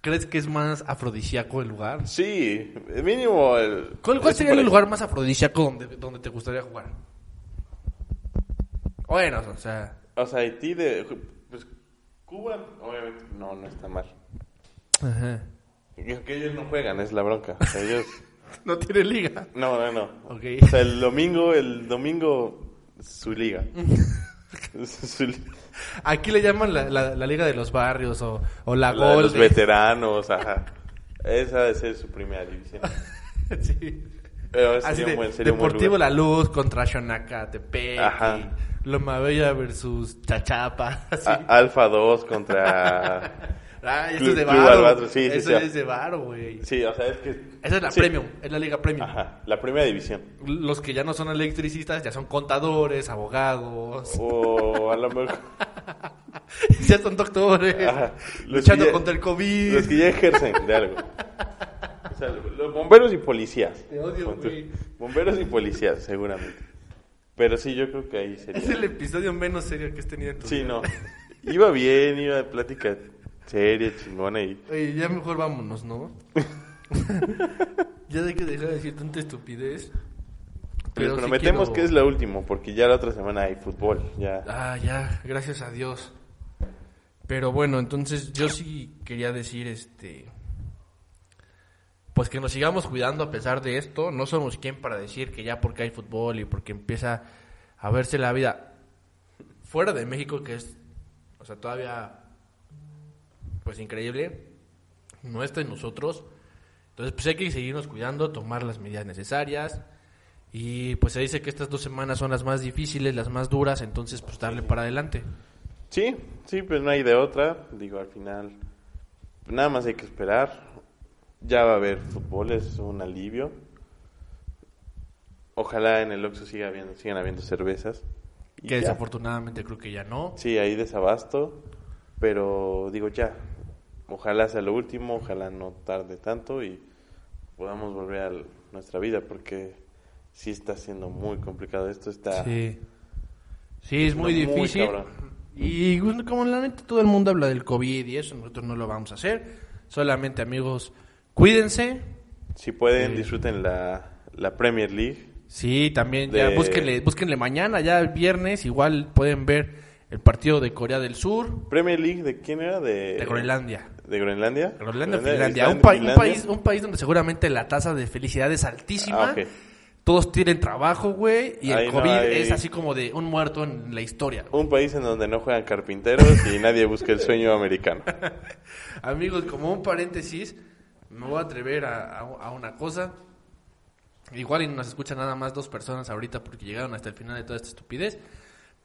A: ¿Crees que es más afrodisíaco el lugar?
B: Sí, mínimo el...
A: ¿Cuál, cuál
B: es
A: sería el
B: por ahí.
A: lugar más afrodisíaco donde, donde te gustaría jugar? Bueno, o sea,
B: O sea, Haití de... Pues Cuba, obviamente, no, no está mal.
A: ajá.
B: Es que ellos no juegan, es la bronca. O sea, ellos...
A: no tiene liga.
B: No, no, no.
A: Ok.
B: O sea, el domingo, el domingo, su
A: <laughs>
B: liga. Su li-
A: Aquí le llaman la, la- la Liga de los Barrios o, o la,
B: la de los
A: Golden.
B: veteranos, ajá. Esa debe ser su primera división.
A: <laughs> Sí.
B: Pero
A: Así
B: sería un
A: de,
B: buen, sería un buen
A: Deportivo
B: lugar.
A: La Luz contra Xonacatepec
B: Ajá.
A: y Loma Bella versus Chachapa. <laughs> Así.
B: A- Alfa 2 contra... <laughs>
A: Ay, eso
B: Ah, Club-
A: es de
B: Club
A: varo.
B: Albatros, sí, sí,
A: eso
B: sí.
A: es de varo, güey.
B: Sí, o sea, es que...
A: Esa es la
B: Sí.
A: Premium, es la Liga Premium.
B: Ajá, la primera división.
A: Los que ya no son electricistas ya son contadores,
B: Oh.
A: abogados,
B: O a lo mejor.
A: <laughs> ya son doctores,
B: Ajá. Los
A: luchando
B: que ya-
A: contra el COVID.
B: Los que ya ejercen de algo. O sea, los bomberos y policías.
A: Te odio,
B: Pon tú.
A: güey.
B: Bomberos y policías, seguramente. Pero sí, yo creo que ahí
A: Es el
B: sería.
A: episodio menos serio que has tenido en tu
B: Sí,
A: vida.
B: no. Iba bien, iba de plática seria, chingona y.
A: Oye, ya mejor vámonos,
B: <laughs>
A: ¿no? ya hay que dejar de decir tanta estupidez.
B: Les
A: sí
B: prometemos
A: quiero-
B: que es la última, porque ya la otra semana hay fútbol. Ya.
A: Ah, ya, gracias a Dios. Pero bueno, entonces yo sí quería decir, este... Pues que nos sigamos cuidando a pesar de esto. No somos quien para decir que ya porque hay fútbol y porque empieza a verse la vida fuera de México, que es, o sea, todavía, pues increíble, no está en nosotros. Entonces, pues hay que seguirnos cuidando, tomar las medidas necesarias. Y pues se dice que estas dos semanas son las más difíciles, las más duras, entonces pues darle para adelante.
B: Sí, sí, pues no hay de otra. Digo, al final. Nada más hay que esperar. Ya va a haber fútbol, es un alivio. Ojalá en el Oxxo siga habiendo, sigan habiendo cervezas. Y
A: Que
B: ya.
A: desafortunadamente creo que ya no.
B: Sí, hay desabasto, pero digo ya. Ojalá sea lo último, ojalá no tarde tanto y podamos volver a l- nuestra vida porque sí está siendo muy complicado esto, está
A: Sí. Sí, es
B: No,
A: muy
B: muy
A: difícil.
B: cabrón.
A: y bueno, como la neta todo el mundo habla del COVID y eso, nosotros no lo vamos a hacer. Solamente amigos, cuídense.
B: Si pueden, disfruten la, la Premier League.
A: Sí, también
B: De-
A: ya búsquenle, búsquenle mañana, ya el viernes, igual pueden ver el partido de Corea del Sur,
B: Premier League de quién era de
A: de Groenlandia.
B: De
A: Groenlandia,
B: Groenlandia. Eh, Groenlandia,
A: Finlandia.
B: Islandia,
A: Un, pa- un
B: Finlandia.
A: país, un país donde seguramente la tasa de felicidad es altísima.
B: Ah, ok.
A: Todos tienen trabajo, güey. Y el
B: Ahí no
A: COVID
B: hay-
A: es así como de un muerto en la historia.
B: Un país en donde no juegan carpinteros y nadie busca el sueño americano.
A: Amigos, como un paréntesis, me voy a atrever a, a- a una cosa. Igual y nos escuchan nada más dos personas ahorita porque llegaron hasta el final de toda esta estupidez.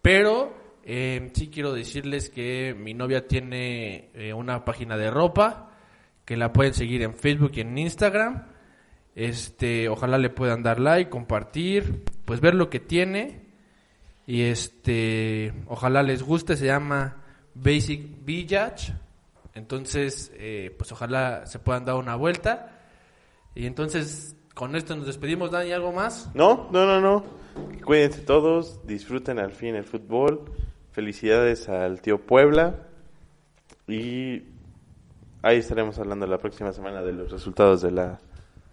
A: Pero eh, sí quiero decirles que mi novia tiene eh, una página de ropa que la pueden seguir en Facebook y en Instagram. Este, ojalá le puedan dar like, compartir, pues ver lo que tiene. Y este, ojalá les guste, se llama Basic Village. Entonces, eh, pues ojalá se puedan dar una vuelta. Y entonces, con esto nos despedimos, Dani, ¿algo más?
B: No, no, no, no. Cuídense todos, disfruten al fin el fútbol. Felicidades al tío Puebla. Y ahí estaremos hablando la próxima semana de los resultados de la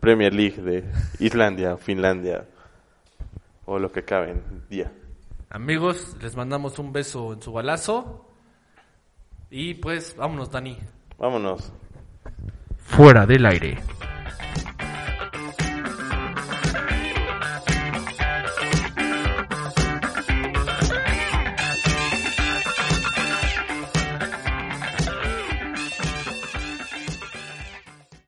B: Premier League de Islandia o Finlandia o lo que acabe en día.
A: Amigos, les mandamos un beso en su balazo. Y pues, vámonos, Dani.
B: Vámonos.
A: Fuera del aire.